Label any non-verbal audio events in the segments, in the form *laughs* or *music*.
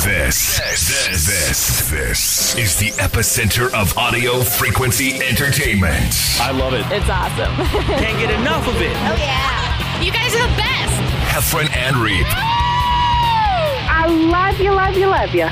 This, this, this, this is the epicenter of audio frequency entertainment. I love it. It's awesome. Can't get enough of it. Oh yeah. You guys are the best. Heffron and Reap. I love you, love you, love you.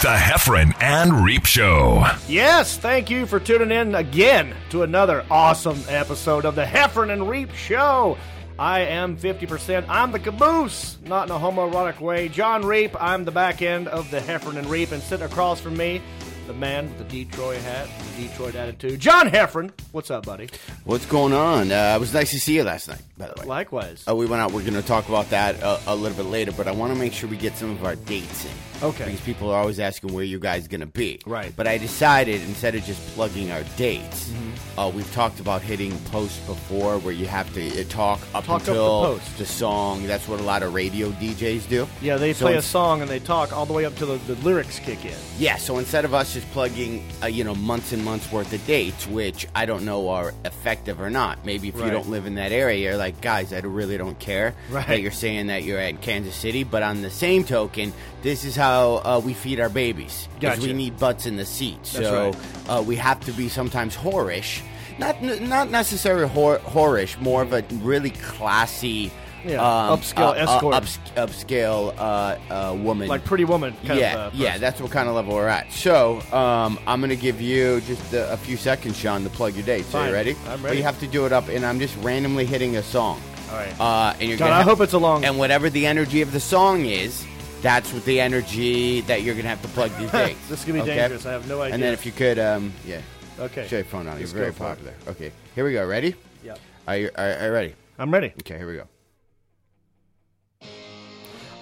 The Heffron and Reap Show. Yes, thank you for tuning in again to another awesome episode of the Heffron and Reap Show. I am 50%. I'm the caboose, not in a homoerotic way. John Reap, I'm the back end of the Heffron and Reap, and sitting across from me, the man with the Detroit hat, the Detroit attitude, John Heffron. What's up, buddy? What's going on? Uh, it was nice to see you last night, by the way. Likewise. Uh, we went out. We're going to talk about that a, a little bit later, but I want to make sure we get some of our dates in. Okay. Because people are always asking where you guys going to be. Right. But I decided instead of just plugging our dates, Mm-hmm. uh, we've talked about hitting post before, where you have to uh, talk up Talk up the until post. the song. That's what a lot of radio DJs do. Yeah, they So play a it's- song and they talk all the way up to the, the lyrics kick in. Yeah, so instead of us just plugging, uh, you know, months and months worth of dates, which I don't know are effective or not. Maybe if Right. you don't live in that area, you're like, guys, I really don't care Right. that you're saying that you're at Kansas City. But on the same token, this is how uh, we feed our babies because Gotcha. we need butts in the seats. That's so right. uh, we have to be sometimes whorish, not n- not necessarily whor- whorish, more of a really classy. Yeah, um, upscale escort. ups- upscale uh, uh, woman, Like Pretty Woman kind yeah, of uh, yeah, that's what kind of level we're at. So um, I'm going to give you just a, a few seconds, Sean, to plug your dates. Are Fine. you ready? I'm But ready. you have to do it up, and I'm just randomly hitting a song. All right. Uh, and you're John, gonna I have- hope it's a long And whatever the energy of the song is, that's what the energy that you're going to have to plug *laughs* these dates. This is gonna be dangerous. I have no idea. And then if you could, um, yeah. Okay. Show your phone out. Let's You're very go for it. popular. Okay. Here we go. Ready? Yep. Are you, are, are you ready? I'm ready. Okay, here we go.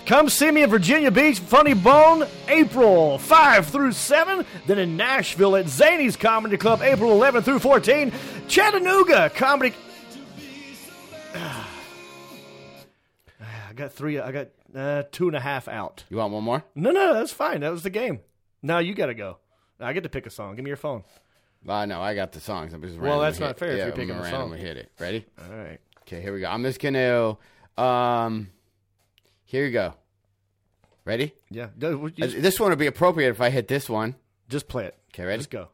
Come see me in Virginia Beach, Funny Bone, April 5 through 7. Then in Nashville at Zany's Comedy Club, April 11 through 14. Chattanooga Comedy. *sighs* I got three. I got uh, two and a half out. You want one *laughs* more? No, no, that's fine. That was the game. Now you got to go. I get to pick a song. Give me your phone. Uh, no, I got the songs. I'm just Well, randomly that's hit- not fair if yeah, you're picking I'm the gonna song. randomly hit it. Ready? All right. Okay, here we go. I'm just gonna. Um, here you go. Ready? Yeah. No, would you Uh, This one would be appropriate if I hit this one. Just play it. Okay, ready? Just go.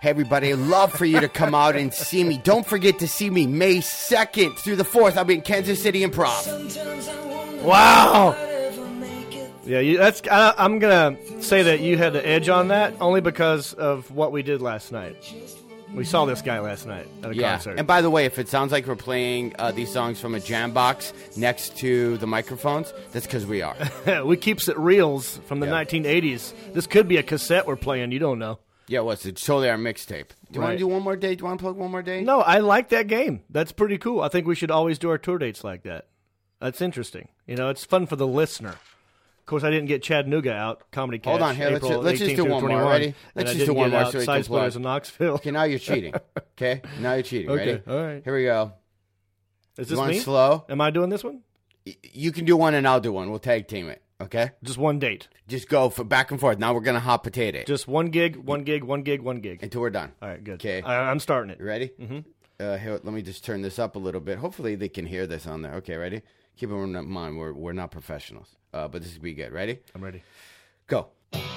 Hey, everybody, I'd love for you to come out and see me. Don't forget to see me May 2nd through the 4th. I'll be in Kansas City Improv. Wow. Yeah, you, that's. I, I'm gonna say that you had the edge on that only because of what we did last night. We saw this guy last night at a Yeah. concert. And by the way, if it sounds like we're playing uh, these songs from a jam box next to the microphones, that's because we *laughs* are. we keeps it reels from the Yeah. 1980s. This could be a cassette we're playing. You don't know. yeah, what's it? Totally our mixtape. Do you want Right. to do one more day? Do you want to plug one more day? No, I like that game. That's pretty cool. I think we should always do our tour dates like that. That's interesting. You know, it's fun for the listener. Of course, I didn't get Chattanooga out. Comedy Cash. Hold on, here, let's April ju- let's just 18 do through one more, 21, ready? and Let's I just didn't do one get more out so we can Side Splitters plug. in Knoxville. Okay, now you're *laughs* cheating. Okay, now you're cheating. Okay, Ready? all right. Here we go. Is you this want me? slow? Am I doing this one? Y- You can do one and I'll do one. We'll tag team it. Okay. Just one date. Just go for back and forth. Now we're gonna hot potato it Just one gig, one gig, one gig, one gig. until we're done. All right, good. Okay. I, I'm starting it. You ready? Mm-hmm. Uh, here, let me just turn this up a little bit. Hopefully they can hear this on there. Okay, ready? Keep in mind we're we're not professionals, uh, but this will be good. Ready? I'm ready. Go.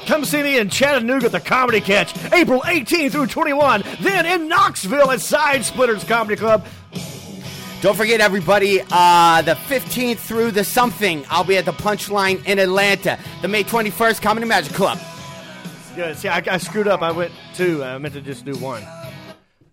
Come see me in Chattanooga at the Comedy Catch, April 18 through 21. Then in Knoxville at Side Splitters Comedy Club. Don't forget, everybody, uh, the 15th through the something, I'll be at the Punchline in Atlanta. The May 21st, Comedy Magic Club. Yeah, see, I, I screwed up. I went two. I meant to just do one.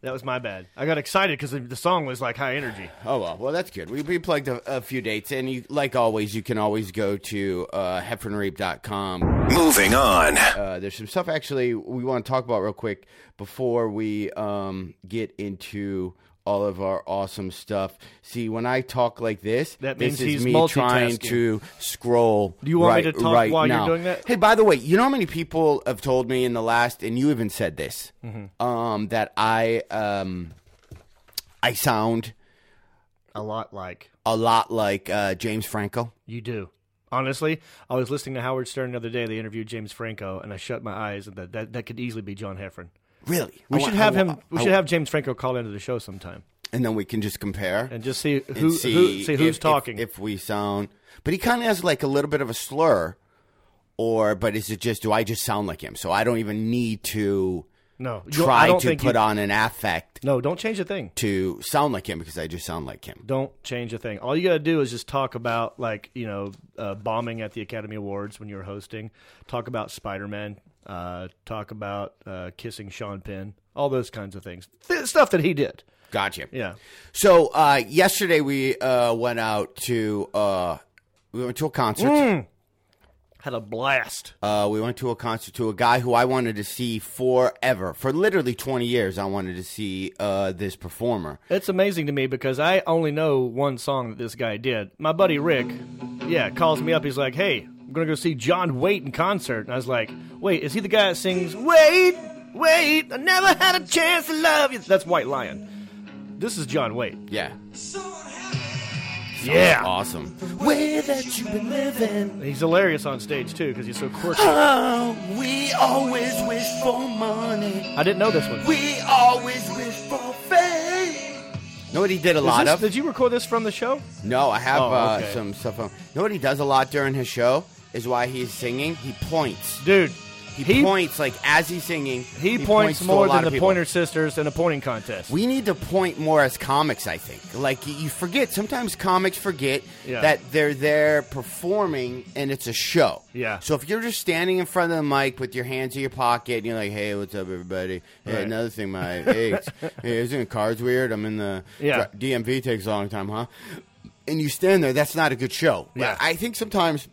That was my bad. I got excited because the song was like high energy. Oh well, well that's good. We, we plugged a, a few dates, and you, like always, you can always go to uh, heffernreap.com. Moving on. Uh, there's some stuff actually we want to talk about real quick before we um, get into all of our awesome stuff. See, when I talk like this, That means this is he's me trying multitasking. to scroll. Do you want me right- to talk right while you're now. doing that? Hey, by the way, you know how many people have told me in the last, and you even said this, Mm-hmm. um, that I um, I sound A lot like a lot like uh, James Franco. you do. Honestly, I was listening to Howard Stern the other day. They interviewed James Franco, and I shut my eyes, and that, that, that could easily be John Heffron. Really? We I should want- have I him. want- We I should want- have James Franco call into the show sometime. and then we can just compare and just see and who, see, who see if- who's if- talking. If, we sound, but he kind of has like a little bit of a slur, or but is it just do I just sound like him? So I don't even need to no, you- I try don't to think put you, on an affect No, don't change a thing. to sound like him because I just sound like him. Don't change a thing. All you got to do is just talk about like you know uh, bombing at the Academy Awards when you were hosting. Talk about Spider Man. Uh, talk about uh, kissing Sean Penn. All those kinds of things. Th- stuff that he did. Gotcha. Yeah. So uh, yesterday we uh, went out to uh, we went to a concert. Mm. Had a blast. Uh, we went to a concert to a guy who I wanted to see forever for literally twenty years. I wanted to see uh, this performer. It's amazing to me because I only know one song that this guy did. My buddy Rick, yeah, calls me up. He's like, "Hey, I'm gonna go see John Waite in concert," and I was like, "Wait, is he the guy that sings Wait, Wait? I never had a chance to love you." That's White Lion. This is John Waite. Yeah, yeah, awesome. Where that you been living? he's hilarious on stage too because he's so quirky. Oh, we always wish for money. I didn't know this one. Is We always wish for fame. Know what he did a lot this- of? Did you record this from the show? No, I have Oh, uh, okay. some stuff. On. Know what he does a lot during his show is why he's singing. He points. Dude, He, points like as he's singing. He, points, to a more lot than of the people. Pointer Sisters in a pointing contest. We need to point more as comics. I think. Like y- you forget sometimes comics forget Yeah. that they're there performing and it's a show. Yeah. So if you're just standing in front of the mic with your hands in your pocket and you're like, "Hey, what's up, everybody?" Hey, Right. another thing, my hey, *laughs* it's- hey, isn't it cards weird? I'm in the Yeah. dri- DMV takes a long time, huh? And you stand there. That's not a good show. Yeah. I think sometimes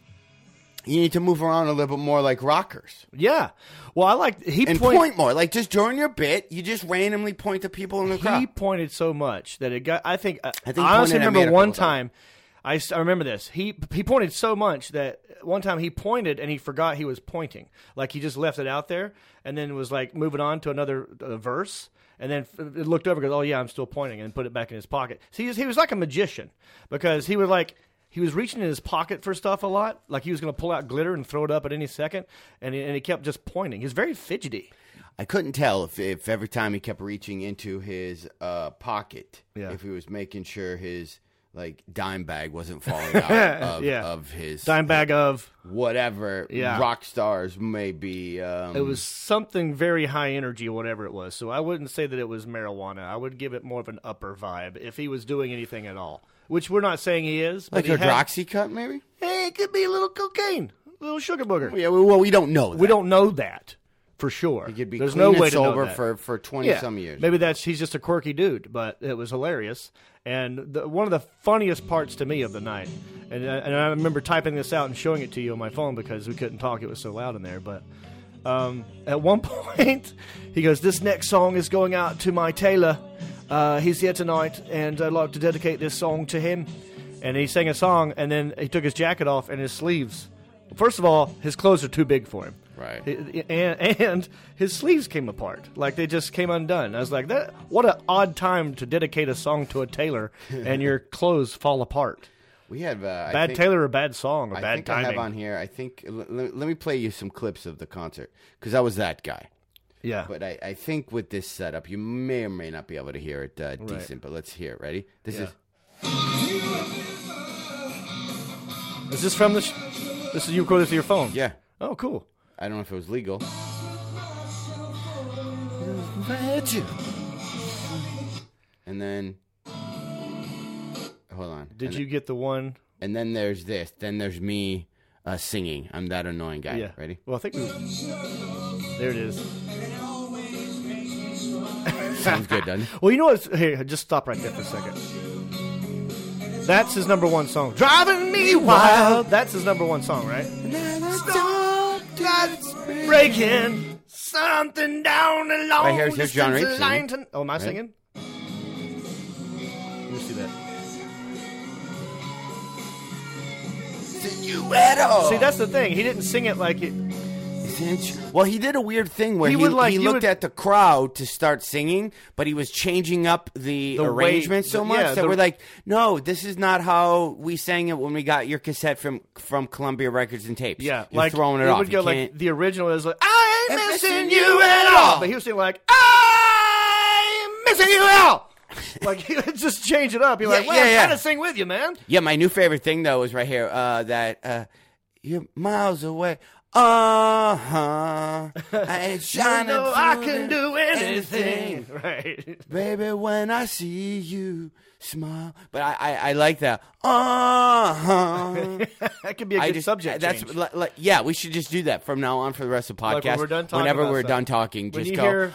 you need to move around a little bit more like rockers yeah. Well, I like he and point- point more. Like just during your bit, you just randomly point to people in the he crowd. pointed so much that it got. I think. I, think I honestly pointed at me remember a one couple times. time. I, s- I remember this. He he pointed so much that one time he pointed and he forgot he was pointing. Like he just left it out there and then was like moving on to another uh, verse and then f- it looked over and goes, "Oh yeah, I'm still pointing," and put it back in his pocket. See, he was, he was like a magician because he was like. He was reaching in his pocket for stuff a lot, like he was going to pull out glitter and throw it up at any second, and he, and he kept just pointing. He was very fidgety. I couldn't tell if, if every time he kept reaching into his uh, pocket, Yeah. if he was making sure his like dime bag wasn't *laughs* falling out of, Yeah. of his Dime bag of whatever Yeah. rock stars may be. Um, It was something very high energy, whatever it was. So I wouldn't say that it was marijuana. I would give it more of an upper vibe if he was doing anything at all, which we're not saying he is. But like he a had- Roxy cut, maybe. Hey, it could be a little cocaine, a little sugar booger. Yeah, well, well, we don't know. We don't know that for sure. He could be There's clean no and way to know sober that. for for twenty yeah, some years. Maybe that's he's just a quirky dude, but it was hilarious and the, one of the funniest parts to me of the night. And I, and I remember typing this out and showing it to you on my phone because we couldn't talk; it was so loud in there. But um, at one *laughs* point, he goes, "This next song is going out to my tailor. Uh, he's here tonight, and I'd like to dedicate this song to him." And he sang a song, and then he took his jacket off and his sleeves. First of all, his clothes are too big for him. Right. He- and, and his sleeves came apart like they just came undone i was like that what an odd time to dedicate a song to a tailor *laughs* and your clothes fall apart we have uh, I bad think- tailor or bad song or I bad think timing I have on here. I think l- l- let me play you some clips of the concert because I was that guy. yeah But I, I think with this setup, you may or may not be able to hear it uh, decent. But let's hear it. Ready? This is is this from this this is you recorded to your phone yeah. oh cool I don't know if it was legal. And then hold on. did and you get the one And then there's this. Then there's me uh, singing. I'm that annoying guy. yeah Ready? well i think we there it is Sounds good, doesn't it? well you know what's here just stop right there for a second that's his number one song driving me wild that's his number one song right breaking something down the long Right, here's- here's John distance Reed line singing. to- oh, am I Right. singing? Let me see that. See, that's the thing. He didn't sing it like it. Well, he did a weird thing where He he, would, like, he you looked would- at the crowd to start singing, but he was changing up the, The way- arrangement so the- much yeah, that the- we're like, no, this is not how we sang it when we got your cassette from from Columbia Records and tapes. Yeah, You're like throwing it, it off. would You go like can't- the original is like I ain't Ain't missing you at all, but he was singing like I'm missing you at all. Like, *laughs* just change it up. You're Yeah, like, well, yeah, I'm yeah. trying to sing with you, man. Yeah, my new favorite thing though is right here. Uh, that uh, you're miles away. Uh *laughs* huh. I ain't I shining. know through I can the- do anything. *laughs* Right. baby. When I see you smile, but I I, I like that. Uh *laughs* huh. that could be a I good just subject. That's change. li- li- yeah. We should just do that from now on for the rest of the podcast. Like when we're done talking whenever about we're stuff. done talking, When just you go hear,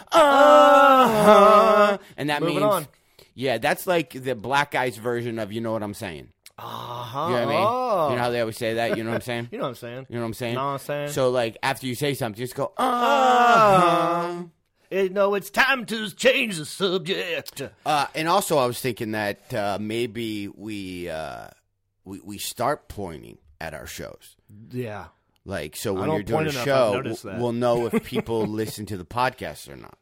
uh-huh," and that Moving means on. yeah. That's like the black guy's version of you know what I'm saying. uh-huh. You know what I mean? Oh. You know how they always say that. You know what I'm saying? *laughs* You know what I'm saying? You know what I'm saying? Know what I'm saying? Uh-huh. So like after you say something, just go uh You know, it's time to change the subject. Uh, and also, I was thinking that uh, maybe we uh, we we start pointing at our shows. Yeah. Like so, when don't you're doing point a enough, I've show, noticed that. we'll know *laughs* if people listen to the podcast or not.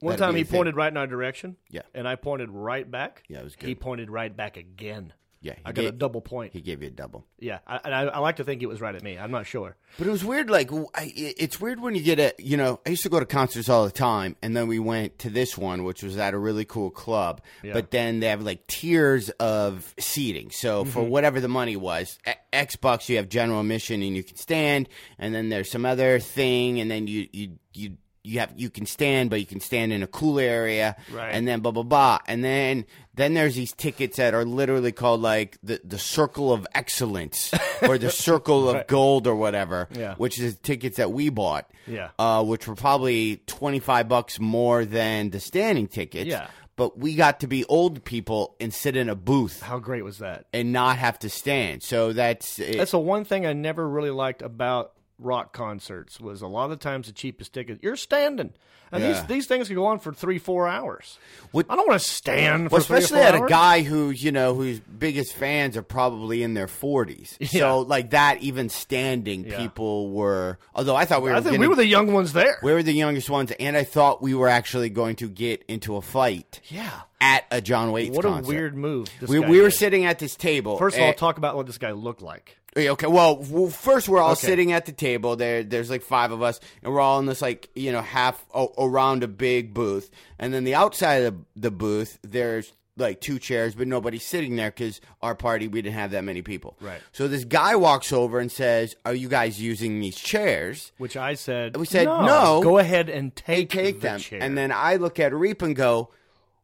One That'd time be he the thing. pointed right in our direction. Yeah. And I pointed right back. Yeah, it was He good. pointed right back again. Yeah, he I got a did. double point. He gave you a double. yeah. I, and I, I like to think it was right at me. I'm not sure. But it was weird. Like I, it's weird when you get a. You know, I used to go to concerts all the time, and then we went to this one, which was at a really cool club. But then they have like tiers of seating. So for whatever the money was, e- Xbox, you have general admission and you can stand, and then there's some other thing, and then you you you. You have you can stand, but you can stand in a cool area, Right. and then blah blah blah, and then then there's these tickets that are literally called like the the circle of excellence or *laughs* the circle of gold or whatever, Yeah. which is tickets that we bought, Yeah. uh, which were probably 25 bucks more than the standing tickets. Yeah. But we got to be old people and sit in a booth How great was that? and not have to stand. So that's it. That's the one thing I never really liked about rock concerts was a lot of the times the cheapest ticket you're standing, and Yeah. these these things can go on for three four hours. What- I don't want to stand for well, three or especially four at a hours. guy who's you know whose biggest fans are probably in their 40s. Yeah. So like that, even standing Yeah. people were. Although I thought we were. I think gonna- we were the young ones there. we were the youngest ones, and I thought we were actually going to get into a fight yeah. at a John Waits What concert. a weird move. This We, guy we were did. sitting at this table. First of all, and- talk about what this guy looked like. Yeah, Okay. Well, well, first we're all Okay. sitting at the table. There, there's like five of us, and we're all in this like you know half o- around a big booth, and then the outside of the booth there's like two chairs, but nobody's sitting there because our party we didn't have that many people. Right. So this guy walks over and says, "Are you guys using these chairs?" Which I said, We said, no, no. Go ahead and They take, take the them, chair. and then I look at Reap and go,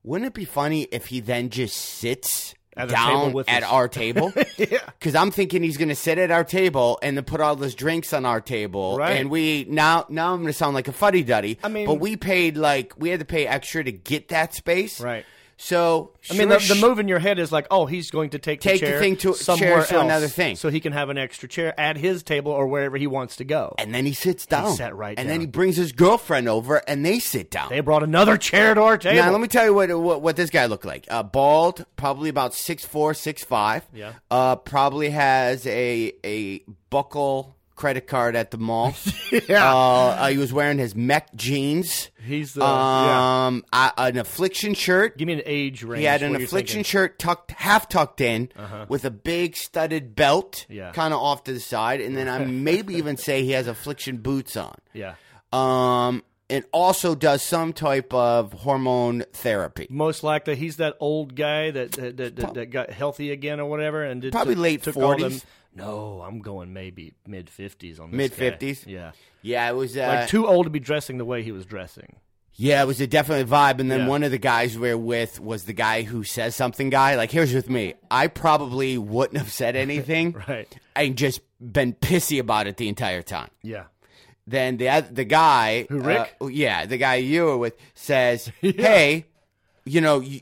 "Wouldn't it be funny if he then just sits?" At a down table with at us. *laughs* our table, because I'm thinking he's going to sit at our table and then put all those drinks on our table. Right. And we now now I'm going to sound like a fuddy duddy. I mean- but we paid like we had to pay extra to get that space. Right. So I mean, the, the move in your head is like, oh, he's going to take, Take the the chair thing to- chair somewhere to else another thing. so he can have an extra chair at his table or wherever he wants to go. and then he sits down. sat right And down. then he brings his girlfriend over and they sit down. They brought another chair to our table. Now let me tell you what what, what this guy looked like. Uh, bald, probably about six four, six five. Yeah. Uh, probably has a a buckle credit card at the *laughs* mall. yeah. Uh, uh, he was wearing his mech jeans. He's the- um I, an affliction shirt. Give me an age range. He had what an you're affliction thinking. Uh-huh. shirt tucked half tucked in with a big studded belt, Yeah. kind of off to the side, and then I *laughs* maybe even say he has affliction boots on. Yeah. Um. And also does some type of hormone therapy. Most likely, he's that old guy that that, that, that, that got healthy again or whatever, and did, Probably took- late took all them- 40s. No, I'm going maybe mid fifties on this guy. Mid 50s? Yeah, Yeah, it was uh, like too old to be dressing the way he was dressing. *laughs* yeah, it was a definite vibe. And then Yeah. one of the guys we are with was the guy who says something. Guy, like here's with me. I probably wouldn't have said anything. *laughs* Right. And just been pissy about it the entire time. Yeah. Then the oth- the guy, Who, Rick? uh, yeah, the guy you were with *laughs* says, "Hey, you know you."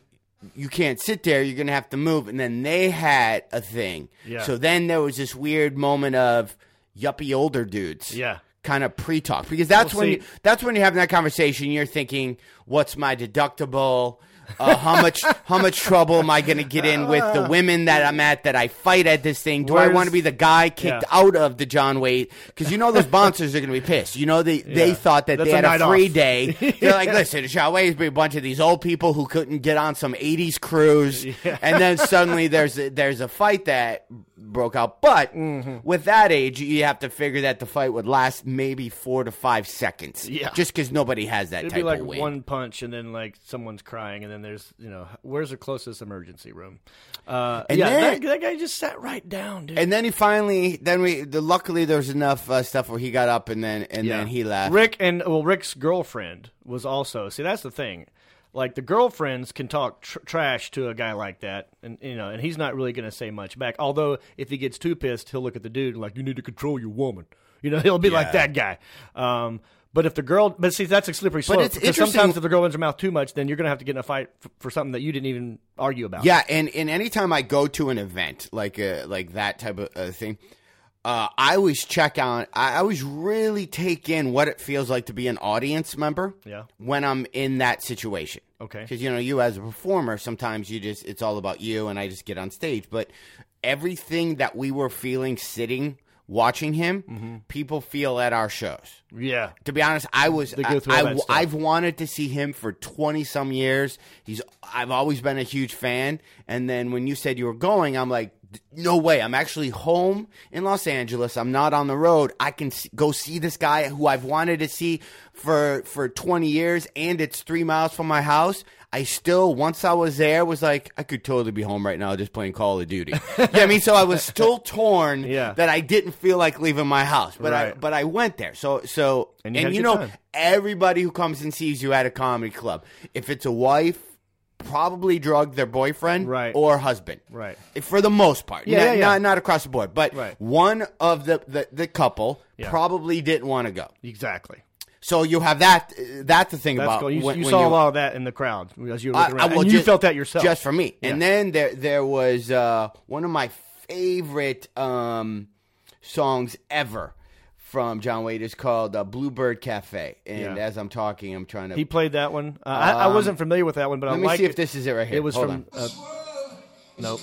You can't sit there. You're gonna have to move. And then they had a thing. Yeah. So then there was this weird moment of yuppie older dudes. Yeah. kind of pre-talk because that's Well, when see- you, that's when you're having that conversation. You're thinking, "What's my deductible? Uh, how *laughs* much how much trouble am I going to get in with the women that I'm at that I fight at this thing? Do I Uh. Where's- want to be the guy kicked Yeah. out of the John Wade? Because you *laughs* know those bouncers are going to be pissed. You know they they Yeah. thought that That's they a had a night free off. day. *laughs* They're like, listen, John Wade's be a bunch of these old people *laughs* who couldn't get on some '80s cruise, and then suddenly there's a, there's a fight that broke out. But Mm-hmm. with that age, you have to figure that the fight would last maybe four to five seconds. Yeah. Just because nobody has that It'd type be like of weight. one punch, and then like someone's crying, and then there's you know where's the closest emergency room? Uh, And yeah, then- that, that guy just sat right down, dude. and then he finally, then we, the, luckily there was enough uh, stuff where he got up and then and Yeah. then he left. Rick and well, Rick's girlfriend was also. See, that's the thing. Like the girlfriends can talk tr- trash to a guy like that, and you know, and he's not really going to say much back. Although if he gets too pissed, he'll look at the dude like, "You need to control your woman." You know, *laughs* he'll be like that guy. Um, but if the girl, but see, that's a slippery slope. it's because interesting- sometimes if the girl runs her mouth too much, then you're going to have to get in a fight f- for something that you didn't even argue about. Yeah, and and anytime I go to an event like uh, like that type of uh, thing, uh, I always check on. I I always really take in what it feels like to be an audience member. Yeah. When I'm in that situation. Okay. Because you know, you as a performer, sometimes you just it's all about you, and I just get on stage. But everything that we were feeling sitting watching him, Mm-hmm. people feel at our shows yeah. to be honest, I was go through all that stuff. I, have wanted to see him for twenty some years. He's I've always been a huge fan. And then when you said you were going, I'm like, "D- no way. I'm actually home in Los Angeles. I'm not on the road. I can s- go see this guy who I've wanted to see for for twenty years, and it's three miles from my house. I still, once I was there, was like, I could totally be home right now just playing Call of *laughs* Duty. yeah, I mean, so I was still torn Yeah. that I didn't feel like leaving my house, but I Right. but I went there. So so And and you, you had a good know time. everybody who comes and sees you at a comedy club, if it's a wife, probably drug their boyfriend Right. or husband. Right. For the most part. Yeah, not, yeah, yeah. Not, not across the board. But Right. one of the, the, the couple Yeah. probably didn't want to go. Exactly. So you have that that to think That's about. cool. You, when- you when saw you- a lot of that in the crowd as you were I- looking I- around, well, and you just- felt that yourself. just for me. And Yeah. then there there was uh, one of my favorite um, songs ever from John Wade is called uh, Bluebird Cafe. And Yeah. as I'm talking, I'm trying to He played that one. Uh, I, I wasn't familiar with that one, but I Um, let me like see it. if this is it right here. It was Hold from. on. Uh, nope.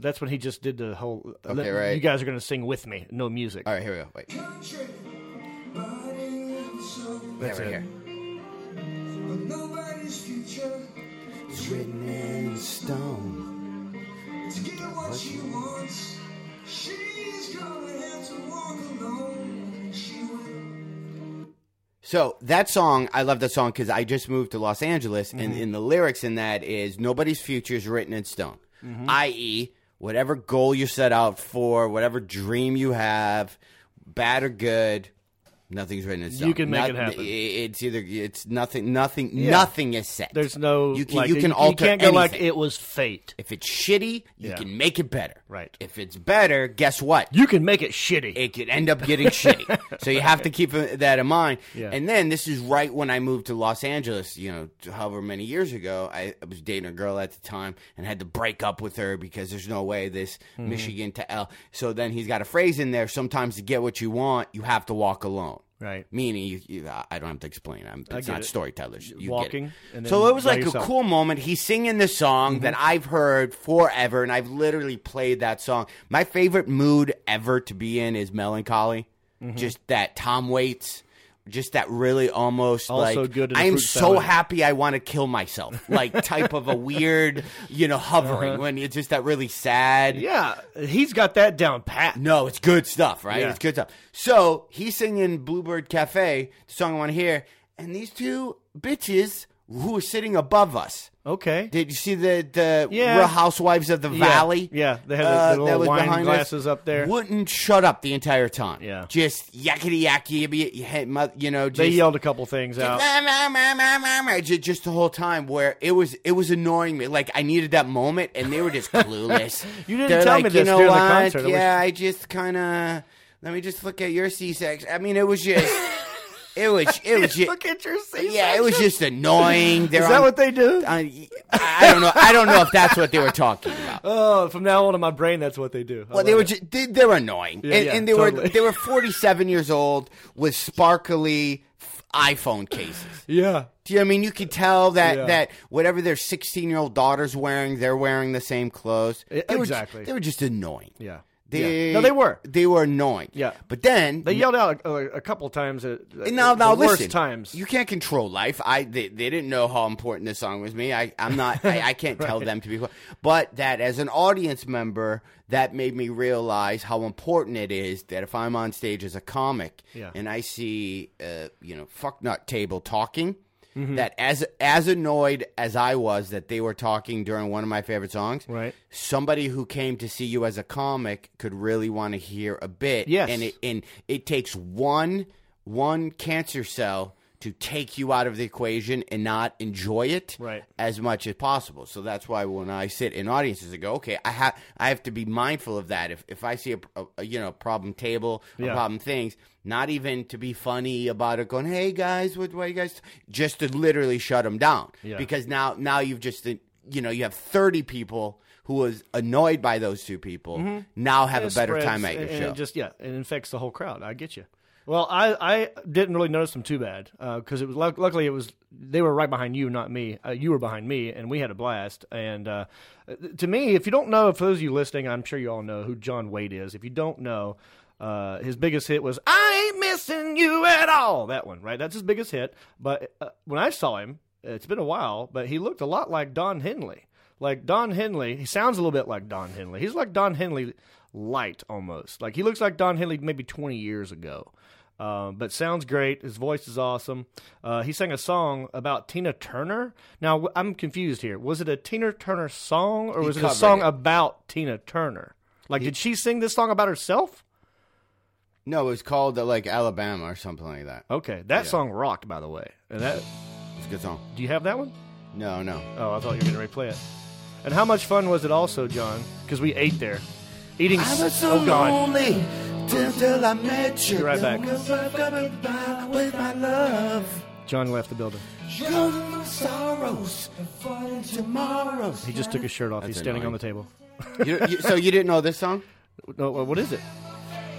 That's when he just did the whole. uh, Okay, right. You guys are gonna sing with me, no music. All right, here we go. Wait. That's right here. It's written in stone. So that song, I love that song because I just moved to Los Angeles, Mm-hmm. and in the lyrics in that is nobody's future is written in stone, Mm-hmm. i.e., whatever goal you set out for, whatever dream you have, bad or good, nothing's written in stone. can make it happen. i- It's either it's nothing, nothing, nothing is set. There's no. you can like, you can alter can't go like anything. it was fate. If it's shitty, you Yeah. can make it better. Right. If it's better, guess what? You can make it shitty. it could end up getting shitty. So you have to keep uh, that in mind. Yeah. And then this is right when I moved to Los Angeles, you know, however many years ago. I, I was dating a girl at the time and had to break up with her because there's no way this Hmm. Michigan to L. So then he's got a phrase in there sometimes to get what you want, you have to walk alone. Right. Meaning, you, you, I- I don't have to explain. I'm, it's get not it. storytellers. You Walking Get it. and so then it was by like yourself. a cool moment. He's singing this song that Mm-hmm. I've heard forever, and I've literally played that song. My favorite mood ever to be in is melancholy. Mm-hmm. Just that Tom Waits. Just that really almost Also like good in a I am fruit so salad. happy I want to kill myself *laughs* like type of a weird you know hovering when it's just that really sad Uh-huh. Yeah, he's got that down pat. no, it's good stuff, right? Yeah. It's good stuff. So he's singing Bluebird Cafe, the song I want to hear, and these two bitches who are sitting above us. Okay. Did you see the the Yeah. Real Housewives of the Valley? Uh, Yeah, they had the- the little that was wine behind us. glasses up there. Wouldn't shut up the entire time. Yeah. just yakety yacky, be- you know. Just, they yelled a couple things out. Meh, meh, meh, meh, meh, meh, ju- Just the whole time, where it was, it was annoying me. Like I needed that moment, and they were *laughs* just clueless. You didn't They're tell like, me you this know during the what? concert. I wish- Yeah, I just kind of let me just look at your C section. I mean, it was *laughs* just, it was, it was just, Look at your C-section. yeah, it was just *laughs* annoying. They're Is that on- what they do? on- I don't know. I don't know if that's what they were talking about. oh, from now on in my brain, that's what they do. I Well, they love were it. just, they, they were annoying, Yeah, and, yeah, and they totally. were they were forty seven years old with sparkly f- iPhone cases. yeah. Do you know what I mean you could tell that Yeah. that whatever their sixteen year old daughter's wearing, they're wearing the same clothes. E- They were ju- exactly. they were just annoying. Yeah. They, Yeah. No, they were. They were annoying. Yeah. but then They yelled out a, a couple times. At, at now, now the worst listen. times. You can't control life. I they, they didn't know how important this song was to me. I I'm not. I, *laughs* I can't tell them to be. But that as an audience member, that made me realize how important it is that if I'm on stage as a comic Yeah. and I see, uh, you know, fucknut table talking. Mm-hmm. That as as annoyed as I was that they were talking during one of my favorite songs, Right. Somebody who came to see you as a comic could really want to hear a bit, Yes. and it and it takes one one cancer cell to take you out of the equation and not enjoy it Right. as much as possible. So that's why when I sit in audiences, I go, okay, I have I have to be mindful of that. If if I see a, a- a, you know problem table, a Yeah. problem things, not even to be funny about it, going, hey guys, what, what you guys, just to literally shut them down Yeah. because now now you've just uh, you know you have thirty people. Who was annoyed by those two people now have It a better Mm-hmm. spreads time at your and, show. And it just yeah, it infects the whole crowd. I get you. Well, I, I didn't really notice them too bad because it was luck luckily it was they were right behind you, not me. Uh, you were behind me, and we had a blast. And uh, to me, if you don't know, for those of you listening, I'm sure you all know who John Wade is. If you don't know, uh, his biggest hit was "I ain't missing you at all." That one, right? That's his biggest hit. But uh, when I saw him, it's been a while, but he looked a lot like Don Henley. Like Don Henley, he sounds a little bit like Don Henley. He's like Don Henley light almost. Like he looks like Don Henley maybe 20 years ago. Um, but sounds great. His voice is awesome. Uh, he sang a song about Tina Turner. Now w- I'm confused here. Was it a Tina Turner song or was it a covered song it. about Tina Turner? Like, did she sing this song about herself? No, it was called uh, like Alabama or something like that. Okay, that song rocked, by the way. And that, It's a good song. do you have that one? No, no. Oh, I thought you were going to replay it. And how much fun was it also, John? Because we ate there. Eating. s- oh, God. lonely till I met you. Be right back. With my love, John left the building. sorrows, tomorrows. He just took his shirt off. He's standing annoying. on the table. You, you, so you didn't know this song? No, wha- what is it?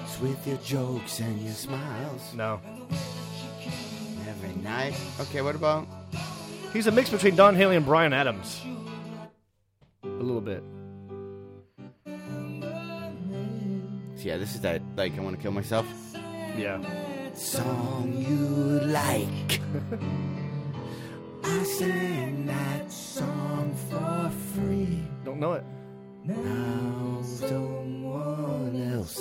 It's with your jokes and your smiles No. every night. Okay, what about? He's a mix between Don Haley and Brian Adams. A little bit. So yeah, this is that. Like, I want to kill myself. Yeah. Song you like. I sing that song for free. Don't know it. Now someone else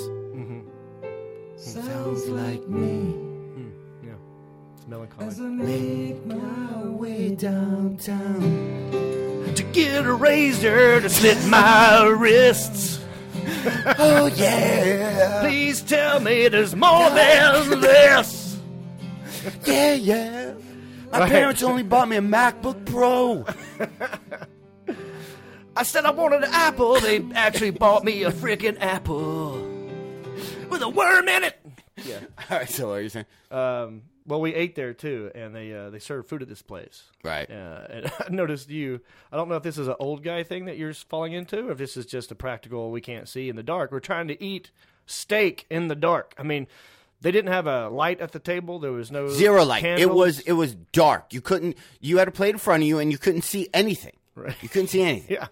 sounds like me. Yeah. It's melancholy. Make my way downtown. To get a razor to slit my wrists. Oh yeah, Please tell me there's more than this. yeah, yeah. My Right. parents only bought me a MacBook *laughs* Pro. I said I wanted an apple. They actually bought me a freaking apple with a worm in it. All right, so what are you saying? Um, well, we ate there too, and they uh, they served food at this place. Right. Uh, and *laughs* I noticed you. I don't know if this is an old guy thing that you're falling into, or if this is just a practical we can't see in the dark. We're trying to eat steak in the dark. I mean, they didn't have a light at the table. There was no Zero light. It candles. was it was dark. You couldn't. You had a plate in front of you, and you couldn't see anything. Right. You couldn't see anything. *laughs* yeah.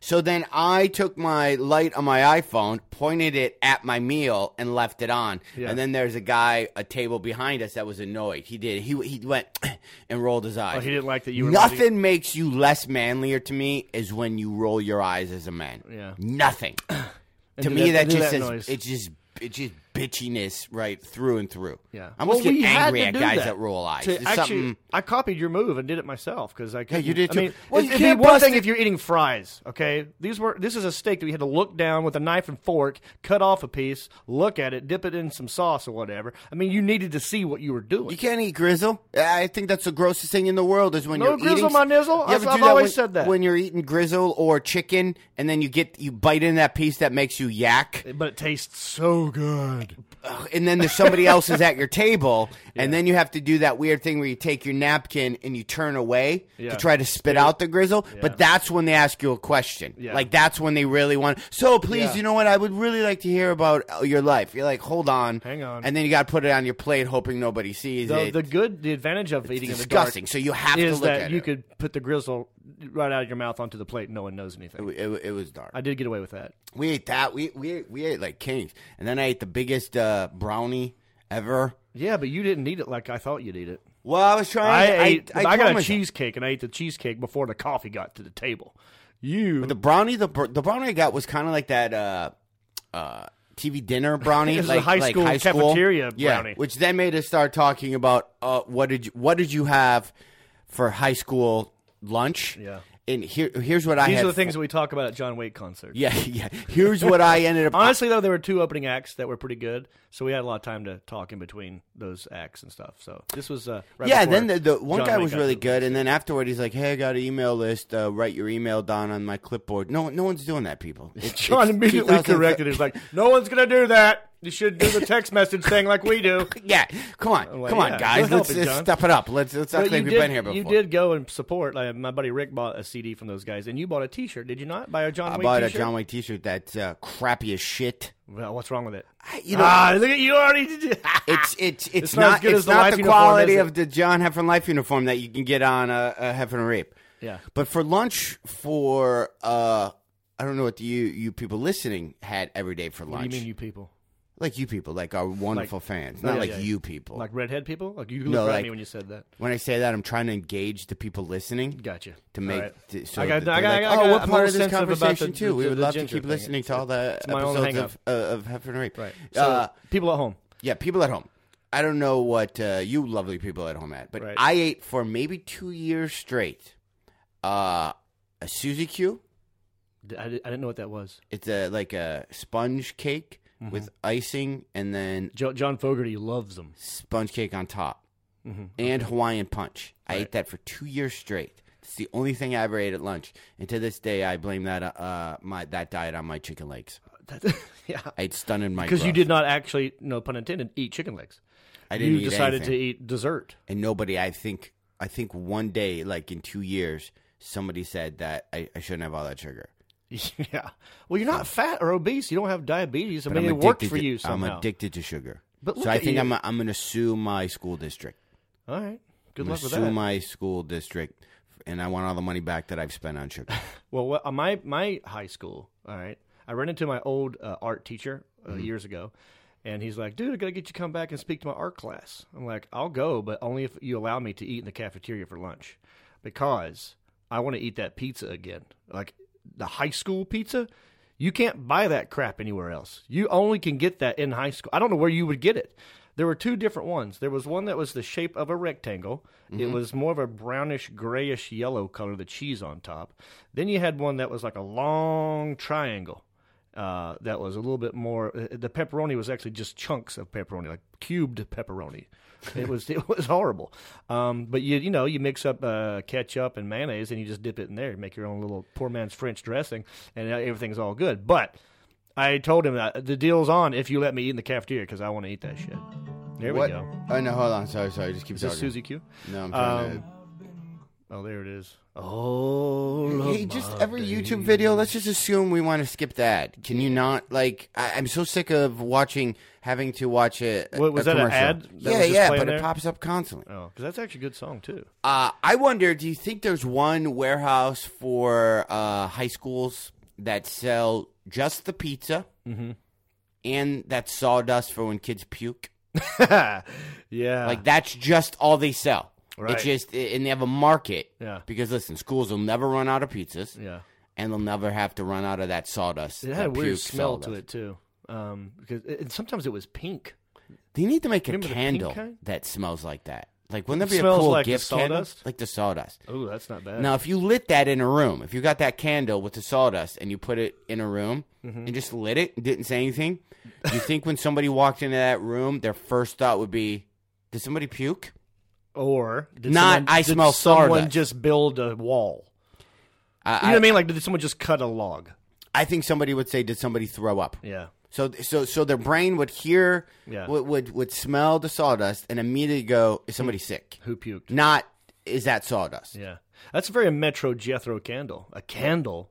So then I took my light on my iPhone, pointed it at my meal, and left it on. Yeah. And then there's a guy, a table behind us, that was annoyed. He did. He he went *clears throat* and rolled his eyes. Oh, he didn't like that you were Nothing letting- makes you less manlier to me is when you roll your eyes as a man. Yeah. *clears throat* Nothing. to do me, that, that- do just that says noise. it's just it's just bitchiness right through and through. Yeah. I almost Well, we get had angry to at do guys that that, roll eyes. To There's actually, something- I copied your move and did it myself because I. you couldn't- did too. I mean, Well, it- you it'd be can't one bust thing it- if you're eating fries. Okay, these were this is a steak that we had to look down with a knife and fork, cut off a piece, look at it, dip it in some sauce or whatever. I mean, you needed to see what you were doing. You can't eat grizzle. I think that's the grossest thing in the world is when No you're grizzle, eating my nizzle? You ever I've- do I've always when- said that. when you're eating grizzle or chicken, and then you get you bite in that piece that makes you yak, but it tastes so good. Ugh, and then there's *laughs* somebody else is at your table, and then you have to do that weird thing where you take your napkin and you turn away Yeah. to try to spit out the grizzle. Yeah. But that's when they ask you a question. Yeah. Like that's when they really want. So please, Yeah. you know what? I would really like to hear about uh, your life. You're like, hold on, Hang on. and then you got to put it on your plate, hoping nobody sees The, it. the good, the advantage of eating in the dark disgusting. So you have to is look that at you it. could put the grizzle right out of your mouth onto the plate. No one knows anything. It, it, it was dark. I did get away with that. we ate that. We we ate, we ate like kings, and then I ate the biggest uh, brownie ever. Yeah, but you didn't eat it like I thought you'd eat it. Well, I was trying. I to, ate. I, told got a myself- cheesecake, and I ate the cheesecake before the coffee got to the table. You The brownie, the br- the brownie I got was kind of like that uh, uh, TV dinner brownie, *laughs* This is a like high like school high school. cafeteria yeah, brownie. Which then made us start talking about uh, what did you, what did you have for high school lunch? Yeah. and here here's what I these had. are the things that we talk about at John Wake *laughs* concerts. Yeah, yeah. Here's what I ended up. *laughs* Honestly, though, there were two opening acts that were pretty good, so we had a lot of time to talk in between those acts and stuff. So this was uh, right yeah, before then the, the one John guy Wayne was got really to- good, and then afterward he's like, "Hey, I got an email list. Uh, write your email down on my clipboard." No, no one's doing that, *laughs* people. It's- John it's immediately 2000 corrected. He's like, "No one's gonna do that. You should do the text message thing like we *laughs* do." Yeah, come on, like, come on, yeah, guys, go let's, help it, let's John. step it up. Let's let's act But like you we've did- been here before. You did go and support. Like, my buddy Rick bought a CD from those guys, and you bought a T-shirt, did you not? Buy a John I Wayne bought a T-shirt. John Wayne T-shirt that's uh, crappy as shit. Well, what's wrong with it? I- You know, ah, look at you already. *laughs* Did it's it's it's not as not good as it's the not life the uniform, quality is it? of the John Heffern life uniform that you can get on uh, a, a Heffern Rape. Yeah. but for lunch for uh, I don't know what you you people listening had every day for what do lunch. you mean, you people? Like you people, like our wonderful fans, not yeah, like yeah. you people. Like redhead people? Like you looked No, right at like- me when you said that. when I say that, I'm trying to engage the people listening. Gotcha. To All make right. to- so I got, that I they're got, like, I got, oh, what I'm part all of this sensitive about conversation the- too? the- we the would love to ginger keep thing. listening to It's- all the it's my own episodes hang-up. of uh, of Heffern and Rape. Right. So Uh, people at home. yeah, people at home. I don't know what uh, you lovely people at home at, but Right. I ate for maybe two years straight. Uh, a Suzy Q. D- I, di- I didn't know what that was. It's a like a sponge cake Mm-hmm. with icing and then Jo- John Fogerty loves them. sponge cake on top Mm-hmm. and Hawaiian punch. I ate that for two years straight. It's the only thing I ever ate at lunch, and to this day, I blame that uh, uh my that diet on my chicken legs. *laughs* That- yeah. I ate stunning my Because you growth. did not actually, no pun intended, eat chicken legs. I didn't you eat decided anything. to eat dessert. *laughs* and nobody. I think I think one day, like in two years, somebody said that I, I shouldn't have all that sugar. yeah. Well, you're not fat or obese. You don't have diabetes. I But mean, I'm it worked addicted for to- you somehow. I'm addicted to sugar. But look so I at think you. I'm I'm going to sue my school district. All right. Good I'm going luck to with sue that. my school district, and I want all the money back that I've spent on sugar. Well, what, uh, my my high school, all right. I ran into my old uh, art teacher uh, years ago, and he's like, "Dude, I gotta get you to come back and speak to my art class." I'm like, "I'll go, but only if you allow me to eat in the cafeteria for lunch, because I want to eat that pizza again, like the high school pizza." You can't buy that crap anywhere else. You only can get that in high school. I don't know where you would get it. There were two different ones. There was one that was the shape of a rectangle. It was more of a brownish, grayish yellow color, the cheese on top. Then you had one that was like a long triangle. Uh, that was a little bit more. Uh, the pepperoni was actually just chunks of pepperoni, like cubed pepperoni. It was *laughs* it was horrible. Um, but you you know you mix up uh, ketchup and mayonnaise and you just dip it in there. You make your own little poor man's French dressing, and uh, everything's all good. But I told him that the deal's on if you let me eat in the cafeteria because I want to eat that shit. There we go. Oh no, hold on. Sorry, sorry. Just keep Is this talking. Susie Um, Q? No, I'm trying to. Oh, there it is. Oh, Hey, just every YouTube video, let's just assume we want to skip that. Can you not? Like, I, I'm so sick of watching, having to watch it. What, was a that an commercial. ad that was yeah, just yeah, playing but there? it pops up constantly. oh, because that's actually a good song too. Uh, I wonder, do you think there's one warehouse for uh, high schools that sell just the pizza Mm-hmm. and that sawdust for when kids puke? yeah, Like that's just all they sell. Right. It's just, and they have a market. Yeah. Because listen, schools will never run out of pizzas. yeah. and they'll never have to run out of that sawdust. It had a that weird puke smell to sawdust. it too, um, because it, and sometimes it was pink. They need to make a Remember the pink candle kind? that smells like that. Like, wouldn't that be It a smells cool like the gift candle? sawdust? Like the sawdust. Oh, that's not bad. Now, if you lit that in a room, if you got that candle with the sawdust and you put it in a room Mm-hmm. and just lit it and didn't say anything, do you think when somebody walked into that room, their first thought would be, "Did somebody puke?" or did Not, someone- I did smell someone sawdust. just build a wall? I, You know what I mean? Like, did someone just cut a log? I, I think somebody would say, "Did somebody throw up?" Yeah. So, so, so their brain would hear, Yeah. would, would would smell the sawdust and immediately go, "Is somebody sick?" Who puked? not is that sawdust. Hmm. Yeah, that's a very Metro Jethro candle. A candle,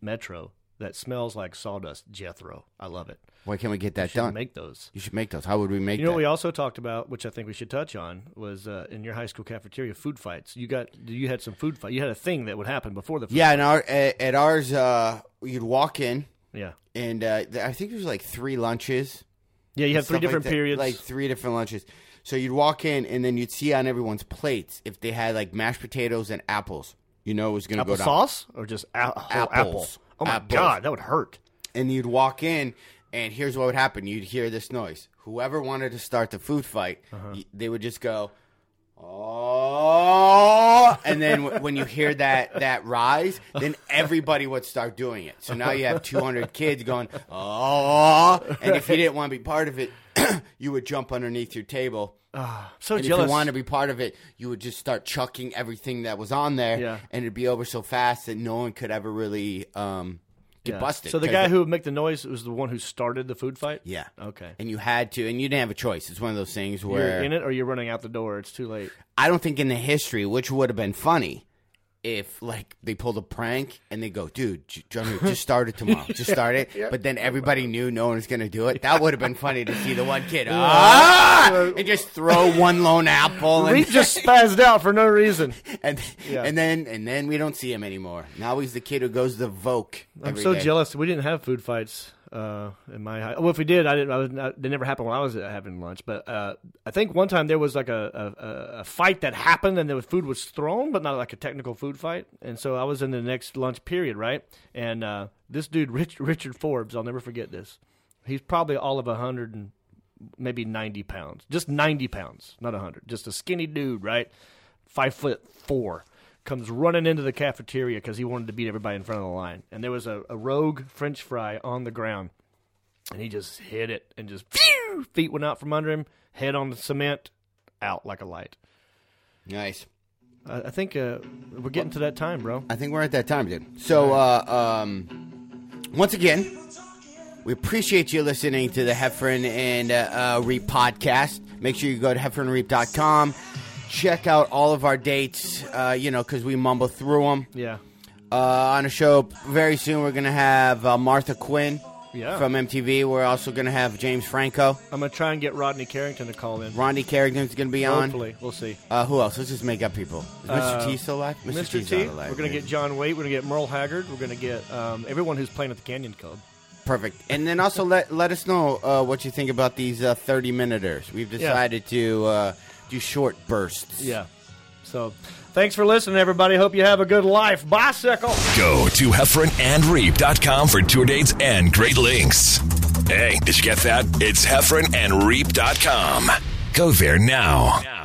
Metro that smells like sawdust. Jethro, I love it. Why can't we get that should done? make those. you should make those. How would we make You know what that? we also talked about, which I think we should touch on, was uh, in your high school cafeteria food fights. You got you had some food fight. You had a thing that would happen before the food yeah, and our, at, at ours, uh, you'd walk in, yeah and uh, th- I think there was like three lunches. yeah. You had three stuff like different that, periods. like three different lunches. So you'd walk in, and then you'd see on everyone's plates if they had like mashed potatoes and apples. You know it was going to go down. apple sauce or just a- a whole apple. Apples. Oh my Apples. god, that would hurt. and you'd walk in and here's what would happen you'd hear this noise whoever wanted to start the food fight Uh-huh. y- they would just go oh and then w- when you hear that that rise then everybody would start doing it so now you have 200 kids going oh and if you didn't want to be part of it *clears throat* you would jump underneath your table I'm so and if jealous. you wanted to be part of it, you would just start chucking everything that was on there, Yeah. and it'd be over so fast that no one could ever really um, get Yeah. busted. So the 'cause guy who would make the noise was the one who started the food fight. yeah. Okay. And you had to, and you didn't have a choice. It's one of those things You're where in it or you're running out the door. It's too late. I don't think in the history, which would have been funny if like they pulled a prank and they go, dude, j- John, Wick, just start it *laughs* tomorrow. Just start it. But then everybody knew no one was going to do it. That would have been funny to see the one *laughs* kid, ah, and just throw one lone apple. Reed And, just spazzed out for no reason. *laughs* and, Yeah. and then, and then we don't see him anymore. Now he's the kid who goes to Vogue. I'm every so day. jealous. We didn't have food fights uh, in my high. Well, if we did, I didn't. I was not, they never happened when I was having lunch. But uh, I think one time there was like a, a- a, a fight that happened, and the food was thrown, but not like a technical food fight. And so I was in the next lunch period, right? And uh, this dude, Rich, *laughs* Richard Forbes, I'll never forget this. He's probably all of a hundred and maybe 90 pounds, just 90 pounds, not 100, just a skinny dude, right? Five foot four comes running into the cafeteria because he wanted to beat everybody in front of the line. And there was a, a rogue French fry on the ground. And he just hit it and just phew, feet went out from under him, head on the cement, out like a light. Nice. I, I think uh, we're getting to that time, bro. I think we're at that time, dude. So, uh, um, once again, we appreciate you listening to the Heffron and uh, uh, Reap podcast. Make sure you go to heffronreap.com. Check out all of our dates, uh, you know, because we mumble through them. Yeah. Uh, on a show very soon, we're going to have uh, Martha Quinn Yeah. from MTV. We're also going to have James Franco. I'm going to try and get Rodney Carrington to call in. Rondi Carrington's going to be on. Hopefully. We'll see. Uh, who else? Let's just make up people. Is Mr. T still alive? Mr. T's T, not alive, we're going to dude. get John Waite. We're going to get Merle Haggard. We're going to get um, everyone who's playing at the Canyon Club. Perfect. And then also let let us know uh, what you think about these uh, thirty minuters. We've decided to uh, do short bursts. Yeah. So thanks for listening, everybody. Hope you have a good life. Bicycle. Go to heffronandreap.com for tour dates and great links. Hey, did you get that? It's heffronandreap.com. Go there now.